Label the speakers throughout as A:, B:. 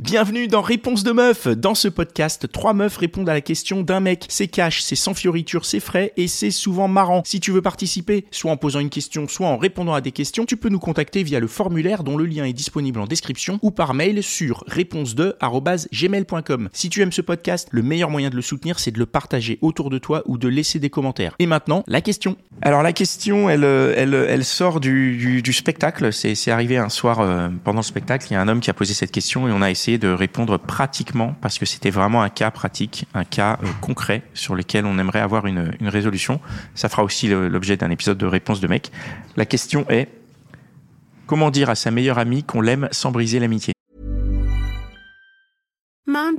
A: Bienvenue dans Réponse de meuf. Dans ce podcast, trois meufs répondent à la question d'un mec. C'est cash, c'est sans fioriture, c'est frais et c'est souvent marrant. Si tu veux participer, soit en posant une question, soit en répondant à des questions, tu peux nous contacter via le formulaire dont le lien est disponible en description ou par mail sur réponse2@gmail.com. Si tu aimes ce podcast, le meilleur moyen de le soutenir, c'est de le partager autour de toi ou de laisser des commentaires. Et maintenant, la question. Alors la question, elle, euh, elle, euh, elle sort du, du- du spectacle. C'est c'est arrivé un soir euh, pendant le spectacle. Il y a un homme qui a posé cette question et on a essayé de répondre pratiquement parce que c'était vraiment un cas pratique, un cas euh, concret sur lequel on aimerait avoir une, une résolution. Ça fera aussi le- l'objet d'un épisode de Réponse de mec. La question est comment dire à sa meilleure amie qu'on l'aime sans briser l'amitié
B: Mom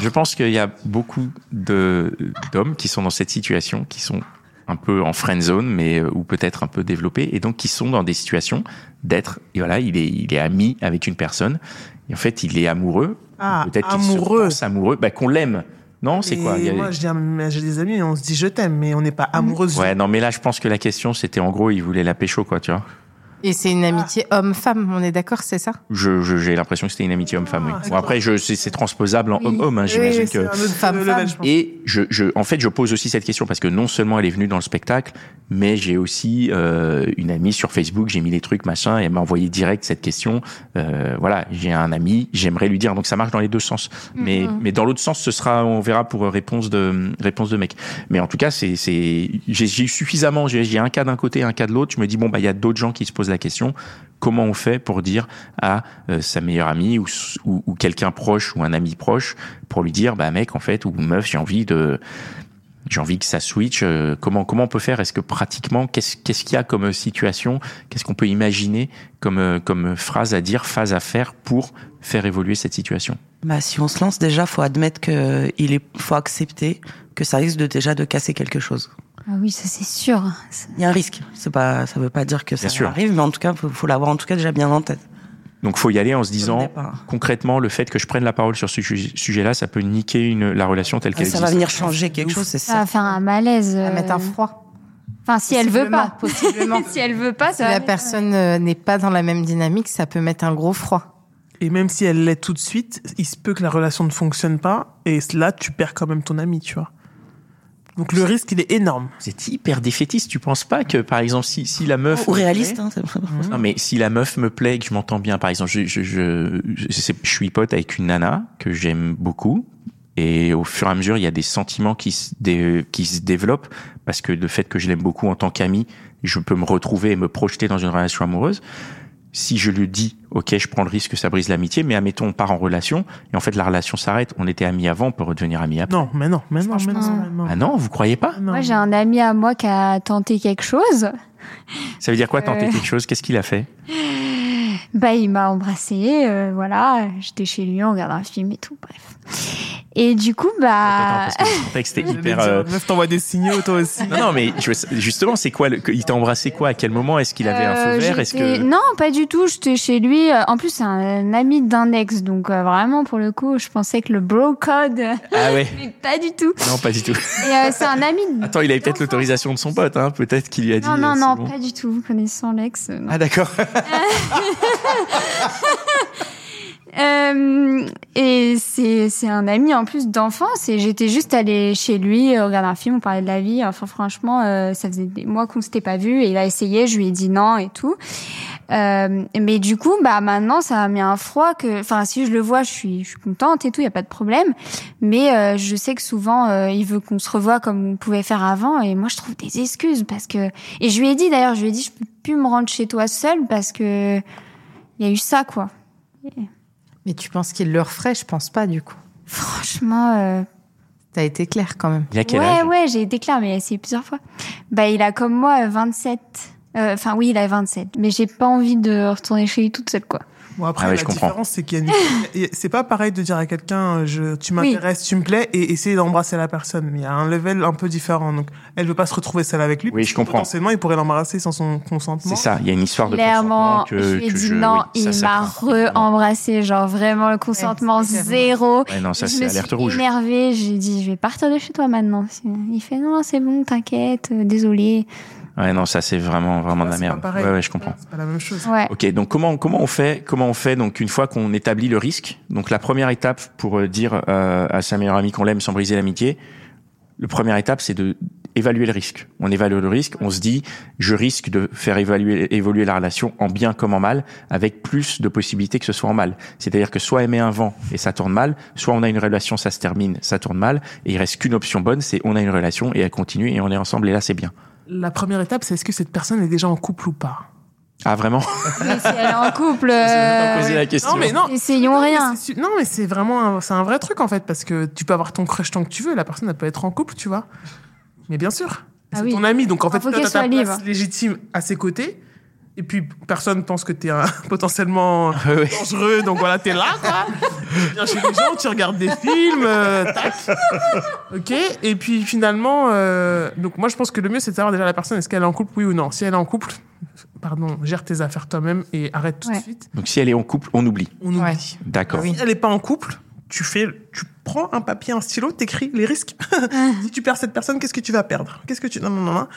A: Je pense qu'il y a beaucoup de- d'hommes qui sont dans cette situation, qui sont un peu en friend zone, mais euh, ou peut-être un peu développés, et donc qui sont dans des situations d'être. Et voilà, il est, il est ami avec une personne, et en fait, il est amoureux.
C: Ah,
A: peut-être qu'il se
C: amoureux.
A: pense amoureux, bah, qu'on l'aime. Non, c'est
C: Et
A: quoi Il y a-
C: Moi, j'ai un- j'ai des amis et on se dit je t'aime, mais on n'est pas amoureuse.
A: Ouais, non, mais là, je pense que la question, c'était en gros, il voulait la pécho, quoi, tu vois.
D: Et c'est
E: Ah.
D: une amitié homme-femme, on est d'accord, c'est ça
A: Je- je- J'ai l'impression que c'était une amitié homme-femme. oui. Bon, après, je- c'est c'est transposable en
D: Oui.
A: homme-homme, hein,
D: Oui,
A: j'imagine
D: oui,
A: que.
D: c'est
C: Un autre
D: Femme,
C: level,
D: femme.
C: je pense.
A: Et je, je, en fait, je pose aussi cette question parce que non seulement elle est venue dans le spectacle, mais j'ai aussi euh, une amie sur Facebook, j'ai mis les trucs, machin, et elle m'a envoyé direct cette question. Euh, voilà, j'ai un ami, j'aimerais lui dire. Donc ça marche dans les deux sens. Mais, mais dans l'autre sens, ce sera, on verra pour euh, réponse de, réponse de mec. Mais en tout cas, c'est, c'est, j'ai j'ai eu suffisamment, j'ai j'ai un cas d'un côté, un cas de l'autre. Je me dis, bon, bah, il y a d'autres gens qui se posent la question. Comment on fait pour dire à euh, sa meilleure amie ou, s- ou, ou quelqu'un proche ou un ami proche pour lui dire, bah, mec, en fait, ou meuf, j'ai envie de, j'ai envie que ça switch. euh, comment, comment on peut faire? Est-ce que pratiquement, qu'est-ce, qu'est-ce qu'il y a comme euh, situation? Qu'est-ce qu'on peut imaginer comme, euh, comme phrase à dire, phase à faire pour faire évoluer cette situation?
F: Bah, si on se lance déjà, faut admettre que il est, faut accepter que ça risque de déjà de casser quelque chose.
E: Ah oui, ça c'est sûr. Ça-
F: Il y a un risque. C'est pas, ça veut pas dire que
A: Bien
F: ça
A: sûr.
F: arrive, mais en tout cas, faut, faut l'avoir en tout cas déjà bien en tête.
A: Donc faut y aller en se disant
F: départ.
A: concrètement le fait que je prenne la parole sur ce ju- sujet-là, ça peut niquer une, la relation telle
F: Ah, Ça
A: qu'elle existe.
F: va venir changer quelque chose, c'est
E: Ça va
F: ça.
E: faire un malaise.
D: À
E: euh,
D: mettre un froid.
E: Enfin, si elle veut pas.
D: Possiblement.
E: si elle veut pas,
D: si
E: ça va
D: la
E: aller.
D: personne euh, n'est pas dans la même dynamique, ça peut mettre un gros froid.
C: Et même si elle l'est tout de suite, il se peut que la relation ne fonctionne pas, et là, tu perds quand même ton ami, tu vois. Donc le risque, il est énorme.
A: C'est hyper défaitiste. Tu penses pas que par exemple si, si la meuf
F: Ou réaliste, hein, c'est-
C: Hmm.
A: Non mais si la meuf me plaît et que je m'entends bien, par exemple, je, je, je, je, c'est- je suis pote avec une nana que j'aime beaucoup et au fur et à mesure il y a des sentiments qui se, dé- qui se développent parce que le fait que je l'aime beaucoup en tant qu'ami, je peux me retrouver et me projeter dans une relation amoureuse. Si je lui dis, ok, je prends le risque que ça brise l'amitié, mais admettons on part en relation et en fait la relation s'arrête. On était amis avant, on peut redevenir amis après.
C: Non, mais non, mais non, mais non.
E: Franchement.
C: mais non.
A: Ah non, vous croyez pas
C: Non.
E: Moi, j'ai un ami à moi qui a tenté quelque chose.
A: Ça veut dire quoi tenter
E: Euh.
A: quelque chose Qu'est-ce qu'il a fait
E: Bah, il m'a embrassé. euh, voilà, j'étais chez lui, on regardait un film et tout. Bref. Et du coup,
A: Attends,
E: bah,
A: parce que le contexte est
C: Ah. Je vais
A: hyper.
C: dire,
A: euh,
C: Meuf, t'envoies des signaux, toi aussi.
A: Non, non, mais je veux- justement, c'est quoi le- Il t'a embrassé quoi À quel moment Est-ce qu'il avait un feu
E: Euh,
A: vert Est-ce
E: j'étais-
A: que
E: Non, pas du tout. J'étais chez lui. Euh, En plus, c'est un ami d'un ex. Donc, euh, vraiment, pour le coup, je pensais que le bro code.
A: Ah ouais.
E: Mais pas du tout.
A: Non, pas du tout.
E: Et euh, c'est un ami. de-
A: Attends, il avait peut-être l'autorisation de son pote, hein Peut-être qu'il lui a dit.
E: Non, non,
A: euh, c'est
E: non,
A: bon.
E: pas du tout. Vous connaissez l'ex. euh, non.
A: Ah d'accord.
E: Euh, et c'est c'est un ami en plus d'enfance. Et j'étais juste allée chez lui, euh, regarder un film, on parlait de la vie. Enfin, franchement, euh, ça faisait des mois qu'on s'était pas vu. Et il a essayé, je lui ai dit non et tout. Euh, mais du coup, bah maintenant, ça a mis un froid que, enfin, si je le vois, je suis, je suis contente et tout, il y a pas de problème. Mais euh, je sais que souvent, euh, il veut qu'on se revoie comme on pouvait faire avant, et moi, je trouve des excuses parce que. Et je lui ai dit d'ailleurs, je lui ai dit, je peux plus me rendre chez toi seule parce que il y a eu ça, quoi.
D: Mais tu penses qu'il le referait Je pense pas, du coup.
E: Franchement. euh,
D: T'as été claire quand même.
A: Il y a quel
E: ouais,
A: âge
E: ouais, j'ai été claire, mais c'est plusieurs fois. Bah, il a comme moi euh, 27. Euh, Enfin, oui, il a 27. Mais j'ai pas envie de retourner chez lui toute seule, quoi.
C: Bon, après,
A: Ah ouais,
C: la
A: je comprends.
C: différence, c'est qu'il y a une- et C'est pas pareil de dire à quelqu'un, euh, je, tu m'intéresses, tu me plais, et essayer d'embrasser la personne. Il y a un level un peu différent. Donc, elle veut pas se retrouver seule avec lui.
A: Oui, je
C: parce que
A: comprends.
C: Potentiellement, il pourrait l'embrasser sans son consentement.
A: C'est ça, il y a une histoire de
E: Clairement,
A: consentement
E: je
A: que,
E: lui ai
A: que
E: dit
A: je-
E: non,
A: oui, ça,
E: il
A: ça
E: m'a
A: craint. Non.
E: re-embrassé, genre vraiment le consentement
D: c'est clairement.
E: zéro.
A: Ouais, non, ça
E: je
A: c'est
E: me suis
A: alerte rouge.
E: énervée, j'ai dit je vais partir de chez toi maintenant. Il fait non, c'est bon, t'inquiète, euh, désolé.
A: Ouais, non, ça c'est vraiment vraiment de la
C: Ah, C'est pas
A: merde.
C: pareil.
A: Ouais, ouais, je comprends.
C: C'est pas la même chose.
E: Ouais.
A: Ok, donc comment comment on fait comment on fait donc une fois qu'on établit le risque donc la première étape pour euh, dire euh, à sa meilleure amie qu'on l'aime sans briser l'amitié le première étape c'est de évaluer le risque on évalue le risque on se dit je risque de faire évaluer évoluer la relation en bien comme en mal avec plus de possibilités que ce soit en mal c'est-à-dire que soit elle met un vent et ça tourne mal soit on a une relation ça se termine ça tourne mal et il reste qu'une option bonne c'est on a une relation et elle continue et on est ensemble et là c'est bien
C: La première étape, c'est est-ce que cette personne est déjà en couple ou pas
A: ah vraiment
E: Mais si elle est en couple, euh,
A: poser la question
C: Non, mais non.
E: essayons
C: Non, mais
E: rien.
C: c'est su- Non, mais c'est vraiment un, c'est un vrai truc en fait, parce que tu peux avoir ton crush tant que tu veux, la personne elle peut être en couple, tu vois. Mais bien sûr,
E: Ah
C: c'est
E: oui.
C: ton ami, donc en fait,
E: faut
C: toi,
E: qu'elle
C: t'as ta
E: soit libre.
C: place légitime à ses côtés. Et puis personne pense que t'es un potentiellement
A: Ouais, ouais.
C: dangereux, donc voilà, t'es là, quoi. Tu viens chez les gens, tu regardes des films, euh, tac. Ok. Et puis finalement, euh, donc moi je pense que le mieux c'est de savoir déjà la personne est-ce qu'elle est en couple, oui ou non. Si elle est en couple, pardon, gère tes affaires toi-même et arrête tout
E: Ouais.
C: de suite.
A: donc si elle est en couple on oublie
C: On oublie.
D: Ouais.
A: d'accord
D: Oui.
C: Si elle n'est pas en couple, tu fais, tu prends un papier, un stylo, t'écris les risques. si tu perds cette personne, qu'est-ce que tu vas perdre Qu'est-ce que tu non non non non.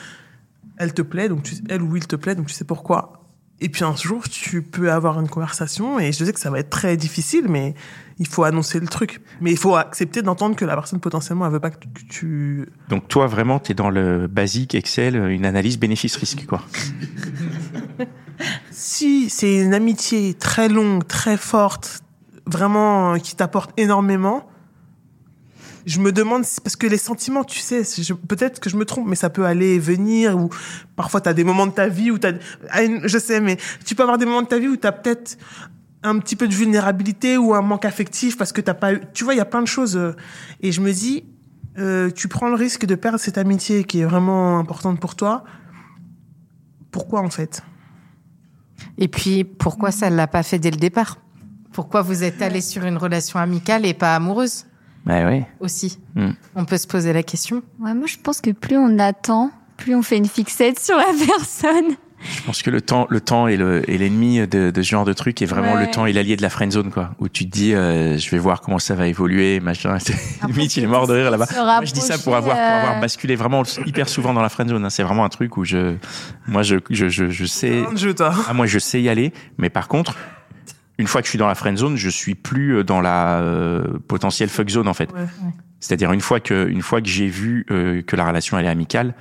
C: Elle te plaît, donc tu, elle ou il te plaît, donc tu sais pourquoi. Et puis un jour, tu peux avoir une conversation, et je sais que ça va être très difficile, mais il faut annoncer le truc. Mais il faut accepter d'entendre que la personne potentiellement, elle veut pas que tu- tu.
A: Donc toi vraiment t'es dans le basique Excel, une analyse bénéfice risque quoi.
C: Si c'est une amitié très longue, très forte, vraiment euh, qui t'apporte énormément, je me demande si- parce que les sentiments, tu sais, si je- peut-être que je me trompe, mais ça peut aller et venir ou parfois t'as des moments de ta vie où t'as, à une- je sais, mais tu peux avoir des moments de ta vie où t'as peut-être un petit peu de vulnérabilité ou un manque affectif parce que t'as pas eu, tu vois, il y a plein de choses euh, et je me dis, euh, tu prends le risque de perdre cette amitié qui est vraiment importante pour toi. Pourquoi en fait?
D: Et puis, pourquoi ça ne l'a pas fait dès le départ Pourquoi vous êtes allé sur une relation amicale et pas amoureuse
A: Bah ouais.
D: aussi
A: Hmm.
D: On peut se poser la question.
E: Ouais, moi, je pense que plus on attend, plus on fait une fixette sur la personne.
A: Je pense que le temps, le temps est le est l'ennemi de, de ce genre de truc et vraiment
E: Ouais.
A: le temps est l'allié de la friend zone quoi. Où tu te dis euh, je vais voir comment ça va évoluer machin. Ah, C'est- Limite il est mort de rire là-bas.
E: Se
A: Moi, je dis ça pour avoir, pour
E: rapprocher,
A: avoir
E: euh,
A: basculé vraiment hyper souvent dans la friend zone. hein. C'est vraiment un truc où je moi je je je, je sais
C: Un jeu, toi.
A: ah moi je sais y aller mais par contre une fois que je suis dans la friend zone je suis plus dans la euh, potentielle fuck zone en fait.
C: Ouais.
A: C'est-à-dire une fois que une fois que j'ai vu euh, que la relation elle est amicale,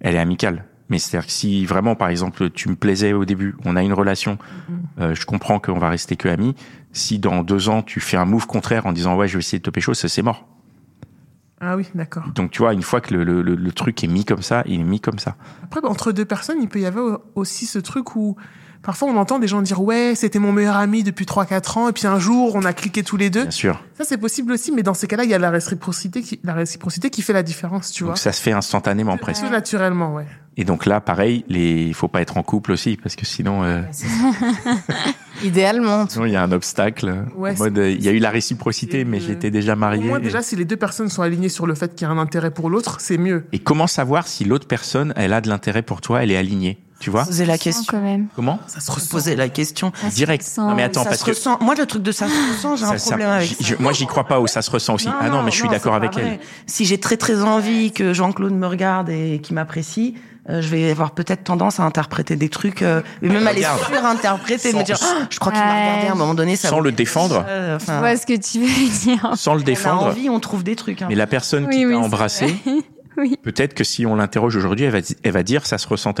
A: elle est amicale. Mais c'est-à-dire que si vraiment par exemple tu me plaisais au début, on a une relation,
C: Mm-hmm.
A: euh, je comprends qu'on va rester que amis. Si dans deux ans tu fais un move contraire en disant ouais je vais essayer de te pécho, ça c'est mort.
C: Ah oui, d'accord.
A: Donc tu vois une fois que le, le, le- le truc est mis comme ça, il est mis comme ça.
C: Après, bah, entre deux personnes, il peut y avoir aussi ce truc où parfois on entend des gens dire Ouais, c'était mon meilleur ami depuis 3-4 ans, et puis un jour on a cliqué tous les deux.
A: Bien sûr.
C: Ça, c'est possible aussi, mais dans ces cas-là, il y a la réciprocité qui, la réciprocité qui fait la différence, tu vois.
A: Donc ça se fait instantanément presque.
C: Plutôt naturellement, ouais.
A: Et donc là pareil, les il faut pas être en couple aussi parce que sinon euh,
D: Idéalement,
A: sinon il y a un obstacle.
C: Ouais,
A: en mode euh, il y a eu la réciprocité mais
C: c'est-
A: j'étais déjà
C: Au
A: marié.
C: moins,
A: et-
C: déjà, si les deux personnes sont alignées sur le fait qu'il y a un intérêt pour l'autre, c'est mieux.
A: Et comment savoir si l'autre personne, elle a de l'intérêt pour toi, elle est alignée Tu vois
F: Poser la
E: sent
F: question.
E: quand même.
A: Comment
C: Ça se ressent.
F: Poser la question.
E: Ça se
A: Direct.
E: sent,
A: Non mais
E: oui.
A: attends,
F: Ah, ça
A: parce
F: se
A: que
F: ressent. Moi, le truc de ça se ressent, j'ai un
A: ça- ça-
F: problème avec
A: j'y-
F: ça.
A: je- moi, j'y crois pas au ça se ressent aussi.
F: Non,
A: ah non, mais je suis
F: non,
A: d'accord
F: c'est
A: avec
F: pas
A: elle.
F: vrai. Si j'ai très très envie que Jean-Claude me regarde et qu'il m'apprécie, euh, je vais avoir peut-être tendance à interpréter des trucs, euh, et même à les
A: Regarde.
F: surinterpréter,
A: Sans-
F: me dire, Ah, je crois qu'il m'a
E: Ouais.
F: regardé à un moment donné. Ça
A: Sans le défendre,
F: Euh, enfin,
E: Je vois ce que tu veux dire.
A: sans le
F: on a
A: défendre.
F: envie, on trouve des trucs. hein.
A: Mais la personne
E: Oui,
A: qui
E: oui,
A: t'a
E: c'est
A: embrassé,
E: Oui.
A: peut-être que si on l'interroge aujourd'hui, elle va, di- elle va dire ça se ressentait.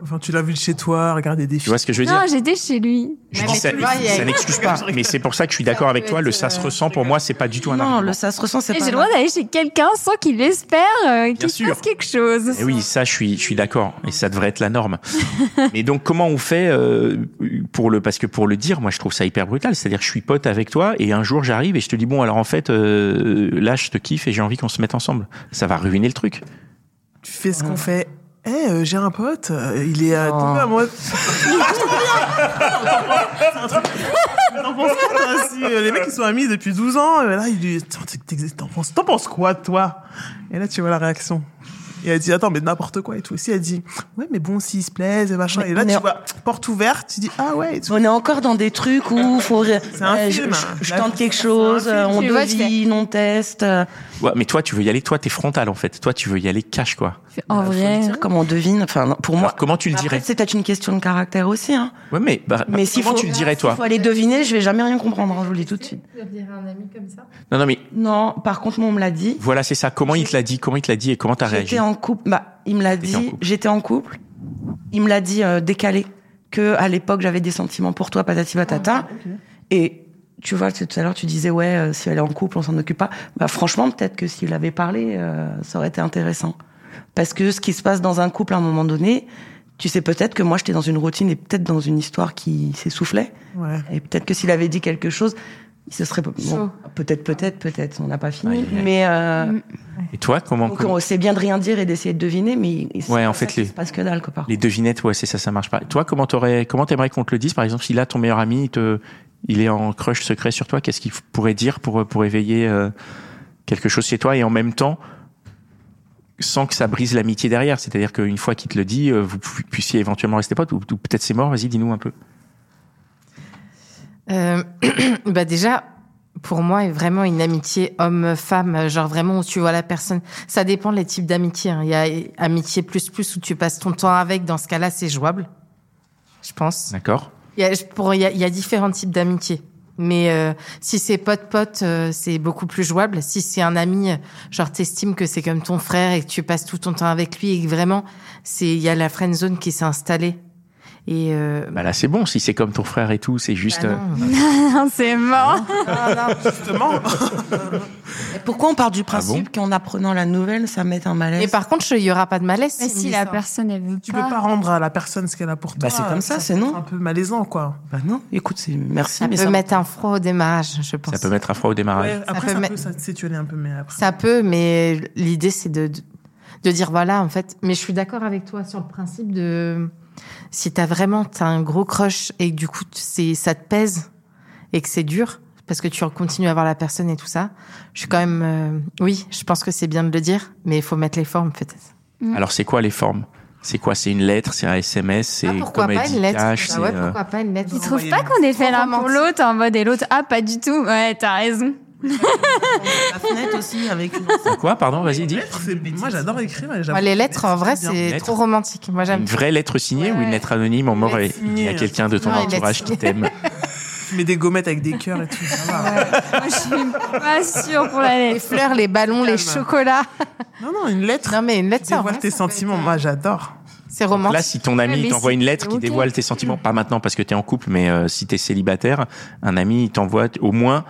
C: Enfin, tu l'as vu chez toi, regarder des
A: Tu
C: films.
A: vois ce que je veux dire
E: Non, j'étais chez lui.
A: Je
D: Mais
A: dis
D: mais
A: ça,
D: tu vois, il y a-
A: ça n'excuse pas, mais c'est pour ça que je suis d'accord avec
D: peut
A: toi. Le
D: être,
A: ça se
D: euh,
A: ressent pour moi, c'est pas du tout un
F: Non,
A: argument.
F: le, ça se ressent, c'est
E: Et
F: pas
E: j'ai le droit d'aller chez quelqu'un sans qu'il espère euh, qu'il
A: sûr.
E: fasse quelque chose.
A: Eh oui, ça, je suis, je suis d'accord. Et ça devrait être la norme. Mais donc, comment on fait euh, pour le, parce que pour le dire, moi, je trouve ça hyper brutal. C'est-à-dire, je suis pote avec toi et un jour, j'arrive et je te dis, bon, alors en fait, euh, là, je te kiffe et j'ai envie qu'on se mette ensemble. Ça va ruiner le truc.
C: Tu fais ce qu'on fait. Eh, euh, j'ai un pote, euh, il est euh, tombé
F: Oh.
C: amoureux. Il est tombé amoureux. T'en penses quoi, toi, si, euh, Les mecs, ils sont amis depuis 12 ans. euh, Là, il lui dit Attends, t'es- t'es- T'en penses, t'en penses quoi, toi Et là, tu vois la réaction. Et elle dit Attends, mais n'importe quoi et tout. Aussi, elle dit Ouais, mais bon, s'ils se plaisent et machin.
F: Mais
C: Et là,
F: on
C: tu
F: est-
C: vois, porte ouverte, tu dis Ah ouais, et tout.
F: On est encore dans des trucs où faut. C'est
C: un film, hein.
F: Je, je
C: La-
F: tente quelque
C: c'est un
F: chose,
C: film.
F: euh, on
E: Tu vois, tu
F: devine, on teste. euh,
A: Ouais, mais toi, tu veux y aller, toi, t'es frontal, en fait. Toi, tu veux y aller cash, quoi.
E: En
F: faut
E: vrai.
F: le dire comme on devine. Enfin, non, pour moi. bah,
A: Alors, comment tu le
F: Après,
A: dirais?
F: c'est peut-être une question de caractère aussi. Hein.
A: Ouais, mais, bah,
F: Mais si
A: comment
F: faut,
A: tu le dirais,
F: s'il
A: toi?
F: faut aller deviner, je vais jamais rien comprendre. hein, je vous le dis tout de suite.
D: un ami comme ça
A: Non, non, mais
F: Non, par contre, moi, on me l'a dit.
A: voilà, c'est ça. Comment il te l'a dit? Comment il te l'a dit et comment t'as réagi?
F: J'étais en couple. Bah, il me l'a
A: T'étais en
F: dit.
A: couple.
F: J'étais en couple. Il me l'a dit euh, décalé que à l'époque j'avais des sentiments pour toi, patati patata. Et tu vois, tu- tout à l'heure tu disais ouais, euh, si elle est en couple, on s'en occupe pas. Bah franchement, peut-être que s'il avait parlé, euh, ça aurait été intéressant. Parce que ce qui se passe dans un couple à un moment donné, tu sais peut-être que moi j'étais dans une routine et peut-être dans une histoire qui s'essoufflait.
C: Ouais.
F: Et peut-être que s'il avait dit quelque chose, il se serait bon,
D: Chaud.
F: peut-être, peut-être, peut-être. On n'a pas
A: Aïe,
F: fini,
A: aïe, aïe.
F: mais. euh,
A: Et toi, comment,
F: donc
A: comment-
F: on sait bien de rien dire et d'essayer de deviner, mais c'est
A: Ouais,
F: pas
A: en
F: ça
A: fait,
F: qui
A: les-
F: se passe que dalle quoi. Par
A: Les devinettes, ouais, c'est ça, ça marche pas. Toi, comment t'aurais, comment t'aimerais qu'on te le dise Par exemple, si là, ton meilleur ami, il te, il est en crush secret sur toi, qu'est-ce qu'il f- pourrait dire pour, pour éveiller euh, quelque chose chez toi et en même temps, sans que ça brise l'amitié derrière C'est-à-dire qu'une fois qu'il te le dit, euh, vous pu- puissiez éventuellement rester potes ou, ou peut-être c'est mort, vas-y, dis-nous un peu.
D: Euh, bah déjà, pour moi, est vraiment une amitié homme-femme, genre vraiment où tu vois la personne. Ça dépend les types d'amitié. hein. Il y a amitié plus plus où tu passes ton temps avec. Dans ce cas-là, c'est jouable, je pense.
A: D'accord
D: Il y a, je- pour- il y a- il y a différents types d'amitié. Mais euh, si c'est pote-pote, euh, c'est beaucoup plus jouable. Si c'est un ami, euh, genre t'estimes que c'est comme ton frère et que tu passes tout ton temps avec lui et que vraiment, c'est il y a la friend zone qui s'est installée. Et euh,
A: Bah là, c'est bon. Si c'est comme ton frère et tout, c'est juste.
D: bah
A: euh,
D: non.
E: c'est mort.
D: Ah, non.
C: Justement,
F: contre. Pourquoi on part du
A: Ah bon
F: principe qu'en apprenant la nouvelle, ça met un malaise
D: Et par contre, il y aura pas de malaise.
E: Mais
D: s'il me
E: si
D: dit
E: la
D: ça.
E: personne, elle veut
C: tu peux pas rendre à la personne ce qu'elle a pour toi.
F: Ah.
C: euh,
F: Bah, c'est comme ça, c'est
C: peut
F: non.
C: être Un peu malaisant, quoi.
F: Bah non, écoute, c'est merci,
D: Ça
F: mais
D: peut
F: ça-
D: mettre un froid au démarrage, je pense.
A: Ça peut mettre à froid au démarrage.
C: Ouais, après,
D: peut
C: ça
D: me-
C: peut s'attirer un peu, mais après.
D: Ça peut, mais l'idée, c'est de, de, de dire voilà, en fait. Mais je suis d'accord avec toi sur le principe de. Si t'as vraiment t'as un gros crush et que du coup, c'est ça te pèse et que c'est dur, parce que tu continues à voir la personne et tout ça, je suis quand même. euh, oui, je pense que c'est bien de le dire, mais il faut mettre les formes peut-être.
A: Alors, c'est quoi les formes C'est quoi C'est une lettre C'est un SMS C'est
D: Ah, pourquoi
A: Comedy
D: pas une lettre
A: Cash,
D: Bah
A: c'est,
D: ouais,
A: euh,
D: pourquoi pas une lettre
E: Tu trouves pas qu'on est fait l'un pour l'autre en mode et l'autre ah pas du tout ouais t'as raison
F: la fenêtre aussi avec une-
A: euh, Quoi Pardon Vas-y, dis.
C: Lettres, c'est- Moi, j'adore écrire. et j'avoue-
D: Moi, les lettres, en vrai,
C: bien.
D: c'est
A: Lettre.
D: trop romantique. Moi, j'aime.
A: Une vraie lettre signée
D: Ouais.
A: ou une lettre anonyme en
D: Une
A: mort
D: lettre
A: et il y a
C: signée.
A: quelqu'un de ton
D: Ouais, une lettre
A: entourage qui
D: signée.
A: t'aime.
C: Tu mets des gommettes avec des cœurs et tout. ça va.
E: moi je suis pas sûre pour la
D: Les
E: lettre
D: fleurs, les ballons, les
C: Calme.
D: chocolats.
C: Non, non, une lettre.
D: Non, mais une lettre,
C: Tu
D: ça. en
C: dévoiles
D: vrai,
C: tes
D: ça peut
C: sentiments.
D: être-
C: Moi, j'adore.
D: C'est
A: Donc
D: romantique.
A: là, si ton ami
E: mais
A: il t'envoie
E: si-
A: une lettre qui
E: ok.
A: dévoile tes sentiments, pas maintenant parce que t'es en couple, mais euh, si t'es célibataire, un ami il t'envoie au moins,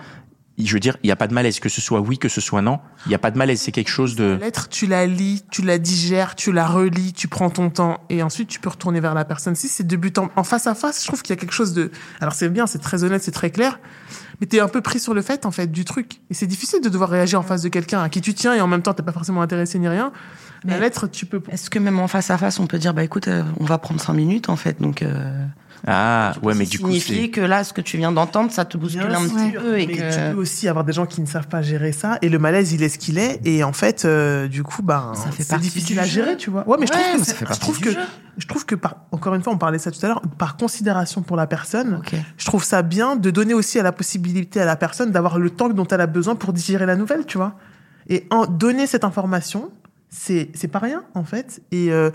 A: il- je veux dire, il n'y a pas de malaise, que ce soit oui, que ce soit non, il n'y a pas de malaise, c'est quelque chose de...
C: La lettre, tu la lis, tu la digères, tu la relis, tu prends ton temps et ensuite tu peux retourner vers la personne. Si c'est débutant en face à face, je trouve qu'il y a quelque chose de. Alors c'est bien, c'est très honnête, c'est très clair, mais t'es un peu pris sur le fait en fait du truc. Et c'est difficile de devoir réagir en face de quelqu'un à qui tu tiens et en même temps t'es pas forcément intéressé ni rien. La
F: Mais-
C: lettre, tu peux.
F: Est-ce que même en face à face, on peut dire bah écoute, euh, on va prendre cinq minutes en fait, donc. euh,
A: Ah, ouais, mais
F: c'est
A: du coup,
F: signifier
A: c'est...
F: que là, ce que tu viens d'entendre, ça te bouscule un
C: sûr,
F: petit peu et
C: mais
F: que.
C: tu peux aussi avoir des gens qui ne savent pas gérer ça et le malaise il est ce qu'il est et en fait euh, du coup ben
F: Ça fait
C: c'est
F: partie
C: difficile
F: du
C: à
F: jeu.
C: gérer tu vois ouais mais je
F: Ouais,
C: trouve que
F: mais
C: c'est-
F: ça fait
C: je
F: partie
C: trouve
F: du
C: que
F: jeu.
C: je trouve que par encore une fois on parlait de ça tout à l'heure par considération pour la personne
F: Ok.
C: je trouve ça bien de donner aussi à la possibilité à la personne d'avoir le temps dont elle a besoin pour digérer la nouvelle tu vois et en donner cette information c'est c'est pas rien en fait et euh,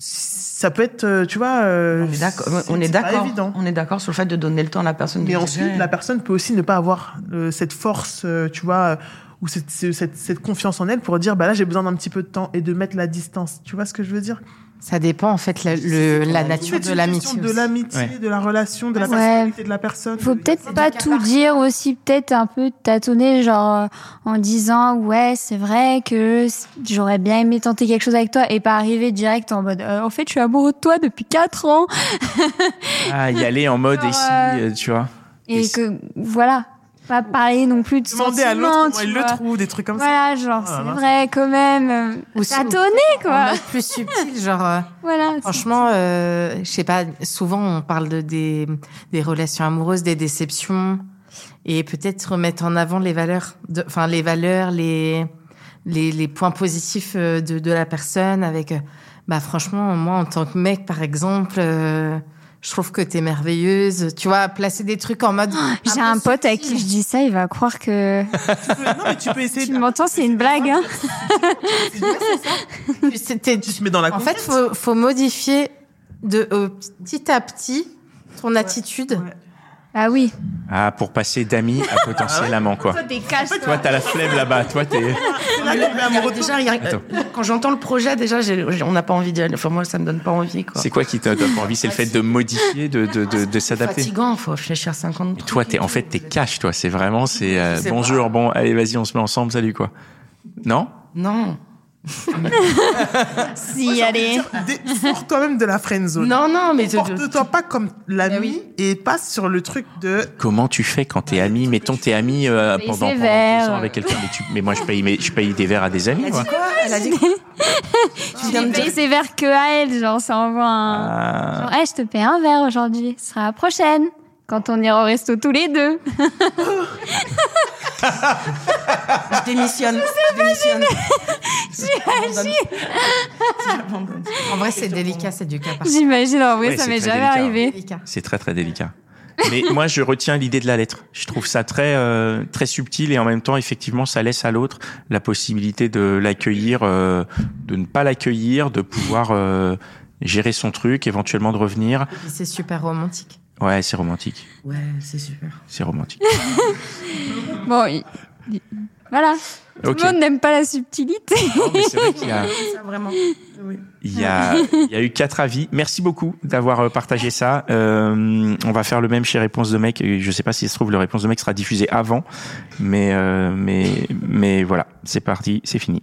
C: ça peut être, euh, tu vois. euh,
F: On est d'accord.
C: c'est-
F: On est
C: c'est pas
F: d'accord.
C: évident.
F: On est d'accord sur le fait de donner le temps à la personne. de
C: Mais
F: digérer.
C: ensuite, la personne peut aussi ne pas avoir euh, cette force, euh, tu vois, euh, ou cette, ce- cette, cette confiance en elle pour dire, bah là, j'ai besoin d'un petit peu de temps et de mettre la distance. Tu vois ce que je veux dire
D: Ça dépend en fait la, le- la
C: C'est
D: nature
C: une
D: de
C: question
D: l'amitié.
C: De
D: aussi.
C: l'amitié,
A: Ouais.
C: de la relation, de la
E: Ouais.
C: personnalité de la personne.
E: Faut
C: Il y a
E: peut-être
C: plein de-
E: pas tout dire aussi, peut-être un peu tâtonner, genre euh, en disant ouais c'est vrai que c- j'aurais bien aimé tenter quelque chose avec toi et pas arriver direct en mode euh, en fait je suis amoureux de toi depuis quatre ans
A: Ah, y aller en mode
E: Alors,
A: et si,
E: euh,
A: euh, tu vois.
E: et,
A: Et
E: que voilà pas parler non plus de
C: Demander à l'autre
E: sentiments,
C: comment
E: tu
C: il le
E: vois.
C: trouve, des trucs comme ça.
E: Voilà genre
C: Ah là
E: c'est
C: là.
E: vrai quand même euh,
D: Aussi,
E: tâtonner
D: en
E: quoi.
D: mode plus subtil, genre. euh,
E: Voilà. c'est-
D: Franchement, euh, je sais pas. Souvent, on parle de, des, des relations amoureuses, des déceptions, et peut-être remettre en avant les valeurs, de- enfin les valeurs, les, les les points positifs euh, de de la personne. Avec, euh, bah franchement, moi en tant que mec, par exemple. euh, je trouve que t'es merveilleuse. Tu vois, placer des trucs en mode.
E: Oh, J'ai un
D: peu
E: pote à qui
D: subtil.
E: je dis ça, il va croire que
C: Tu peux- Non, mais tu peux essayer
E: tu
C: de-
E: m'entends, c'est une blague. Hein.
D: Puis c'était-
C: Tu te mets dans la
D: En fait, faut, faut modifier de euh, petit à petit ton attitude.
E: Ah oui.
A: Ah, pour passer d'ami à potentiel amant, quoi.
E: Des caches.
A: Toi, t'as la flemme là-bas. Toi, t'es.
F: Regarde, déjà, regarde,
A: Attends.
F: euh, quand j'entends le projet, déjà, j'ai- j'ai- on n'a pas envie d'y aller. Enfin, moi, ça me donne pas envie. quoi.
A: C'est quoi qui t'a donne envie C'est le fait de modifier, de, de, de, de s'adapter.
F: fatigant. Faut réfléchir 50
A: Et
F: trucs.
A: Toi, t'es en fait t'es cash, toi. C'est vraiment c'est euh,
D: Je sais
A: bonjour, bon, allez, vas-y, on se met ensemble, salut, quoi. Non
F: Non.
E: Si, allez.
C: Des- Sors toi-même de la friend zone.
F: Non, non, mais
C: Porte-toi pas comme
E: Eh
C: l'ami et passe sur le truc de.
A: Comment tu fais quand t'es ami Mettons, t'es ami euh,
E: Paye
A: pendant,
E: ses
A: pendant
E: verres.
A: deux ans avec quelqu'un, mais, tu- mais moi je paye, mes- je paye des verres à des
F: Bah,
A: amis. Moi.
F: Elle a dit
E: Tu c'est vers que à elle, genre ça envoie un.
A: Ah,
E: Genre, hey, je te paie un verre aujourd'hui, ce sera la prochaine. Quand on ira au resto tous les deux.
A: Ah.
F: je démissionne. Je démissionne. J'abandonne. J'abandonne.
D: En vrai, c'est délicat, c'est du cas par cas.
E: J'imagine, en vrai,
A: Ouais,
E: ça
A: c'est
E: m'est
A: très
E: jamais
A: délicat.
E: arrivé.
D: Délicat.
A: c'est très très délicat. Mais moi, je retiens l'idée de la lettre. Je trouve ça très euh, très subtil et en même temps, effectivement, ça laisse à l'autre la possibilité de l'accueillir, euh, de ne pas l'accueillir, de pouvoir euh, gérer son truc, éventuellement de revenir.
D: Et C'est super romantique.
A: Ouais, c'est romantique.
F: Ouais, c'est super.
A: C'est romantique.
E: Bon, il- il- voilà.
A: Ok.
E: Tout le monde n'aime pas la subtilité.
A: Non, mais c'est vrai qu'il y a-
F: Ça, vraiment.
A: Il y, a, il y a eu quatre avis. Merci beaucoup d'avoir euh, partagé ça. Euh, on va faire le même chez Réponse de Mec. Et Je sais pas si ça se trouve, le Réponse de Mec sera diffusé avant. Mais, euh, mais, mais voilà, c'est parti, c'est fini.